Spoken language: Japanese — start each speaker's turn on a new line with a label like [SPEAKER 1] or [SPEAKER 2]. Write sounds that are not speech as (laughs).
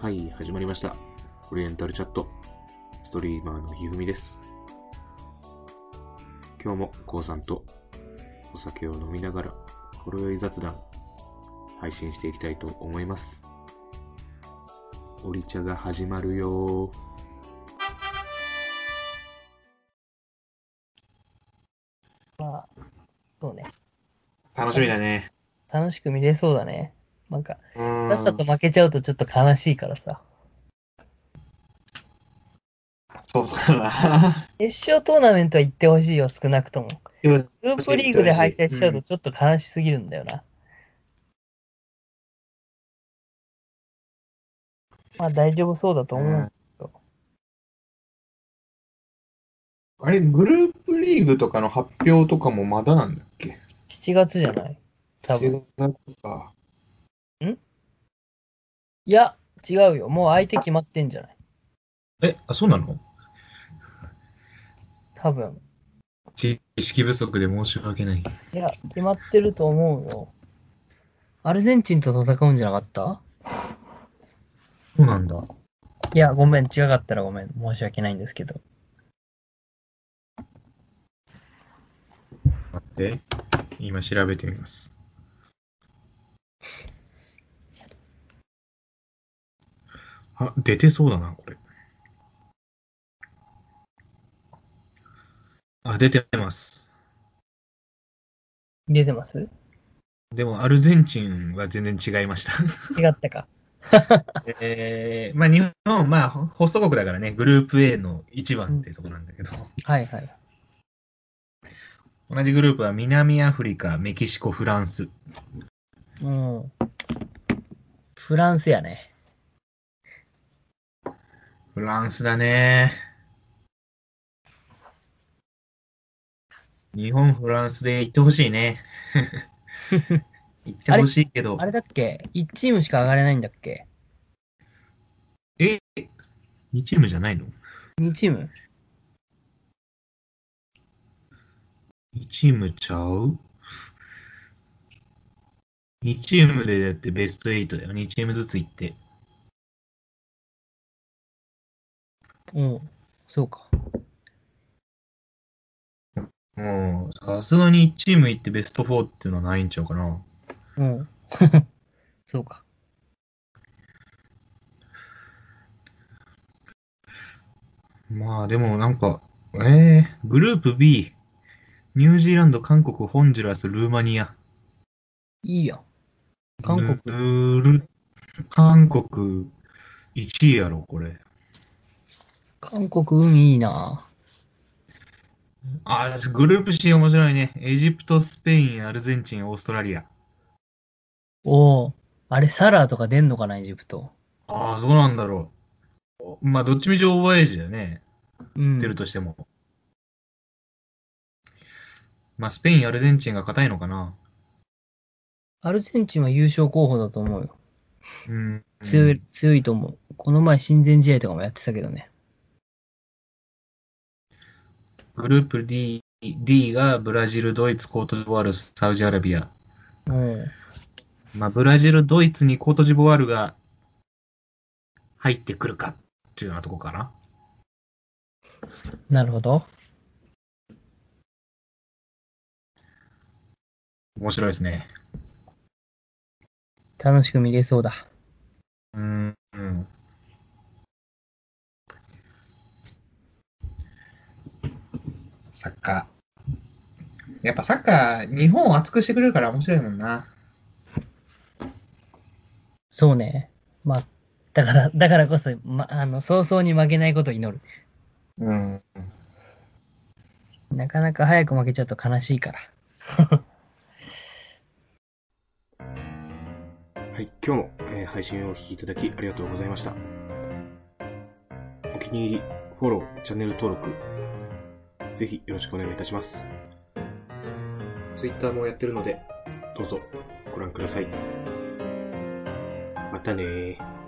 [SPEAKER 1] はい、始まりました。オリエンタルチャット。ストリーマーのひふみです。今日も、こうさんとお酒を飲みながら、ほろ酔い雑談、配信していきたいと思います。オリ茶が始まるよー。
[SPEAKER 2] まあ、そうね。
[SPEAKER 3] 楽しみだね。
[SPEAKER 2] 楽しく見れそうだね。なんか、
[SPEAKER 3] さ
[SPEAKER 2] さっさと負けちゃうとちょっと悲しいからさ。
[SPEAKER 3] そうだな。
[SPEAKER 2] 決勝トーナメントは行ってほしいよ、少なくとも。
[SPEAKER 3] でも
[SPEAKER 2] グループリーグで敗退しちゃうとちょっと悲しすぎるんだよな。まあ大丈夫そうだと思う。
[SPEAKER 3] あれ、グループリーグとかの発表とかもまだなんだっけ
[SPEAKER 2] 7月じゃない多分。
[SPEAKER 3] ?7 月か。
[SPEAKER 2] いや、違うよ。もう相手決まってんじゃない
[SPEAKER 4] え、あ、そうなの
[SPEAKER 2] 多分。
[SPEAKER 4] 知識不足で申し訳ない。
[SPEAKER 2] いや、決まってると思うよ。アルゼンチンと戦うんじゃなかった
[SPEAKER 4] そうなんだ。
[SPEAKER 2] いや、ごめん、違かったらごめん。申し訳ないんですけど。
[SPEAKER 4] 待って。今調べてみます。あ、出てそうだな、これ。あ、出てます。
[SPEAKER 2] 出てます
[SPEAKER 4] でも、アルゼンチンは全然違いました。
[SPEAKER 2] 違ったか。
[SPEAKER 4] えー、まあ、日本、まあ、ホスト国だからね、グループ A の1番っていうところなんだけど、
[SPEAKER 2] はいはい。
[SPEAKER 4] 同じグループは南アフリカ、メキシコ、フランス。
[SPEAKER 2] うん。フランスやね。
[SPEAKER 4] フランスだね。日本、フランスで行ってほし
[SPEAKER 3] (laughs)
[SPEAKER 4] いね。行ってほしいけど
[SPEAKER 2] あ。れだっけ ?1 チームしか上がれないんだっけ
[SPEAKER 4] え、2チームじゃないの
[SPEAKER 2] ?2 チーム
[SPEAKER 4] ?2 チームちゃう ?2 チームでだってベスト8だよ。2チームずつ行って。
[SPEAKER 2] うん。そうか。
[SPEAKER 4] もう、さすがに1チーム行ってベスト4っていうのはないんちゃうかな。
[SPEAKER 2] (laughs) うん。そうか。
[SPEAKER 4] まあでもなんか、えー、グループ B、ニュージーランド、韓国、ホンジュラス、ルーマニア。
[SPEAKER 2] いいやん。韓国
[SPEAKER 4] ルール韓国1位やろ、これ。
[SPEAKER 2] 韓国海いいな
[SPEAKER 4] あ、グループ C 面白いね。エジプト、スペイン、アルゼンチン、オーストラリア。
[SPEAKER 2] おお。あれ、サラーとか出んのかな、エジプト。
[SPEAKER 4] ああ、どうなんだろう。まあ、どっちみちオーバーエイジだよね。
[SPEAKER 2] うん。
[SPEAKER 4] 出るとしても。まあ、スペイン、アルゼンチンが硬いのかな。
[SPEAKER 2] アルゼンチンは優勝候補だと思うよ。
[SPEAKER 4] うん。
[SPEAKER 2] 強い、強いと思う。この前、親善試合とかもやってたけどね。
[SPEAKER 4] グループ D、D がブラジル、ドイツ、コートジボワール、サウジアラビア。
[SPEAKER 2] うん。
[SPEAKER 4] まあ、ブラジル、ドイツにコートジボワールが入ってくるかっていうようなとこかな。
[SPEAKER 2] なるほど。
[SPEAKER 4] 面白いですね。
[SPEAKER 2] 楽しく見れそうだ。
[SPEAKER 4] うん。うんサッカー。やっぱサッカー、日本を熱くしてくれるから面白いもんな。
[SPEAKER 2] そうね。まあ、だから、だからこそ、ま、あの、早々に負けないことを祈る。
[SPEAKER 4] うん。
[SPEAKER 2] なかなか早く負けちゃうと悲しいから。
[SPEAKER 1] はい、今日も、えー配信をお聴きいただきありがとうございました。お気に入り、フォロー、チャンネル登録、ぜひよろしくお願いいたします。Twitter もやってるので、どうぞご覧ください。またねー。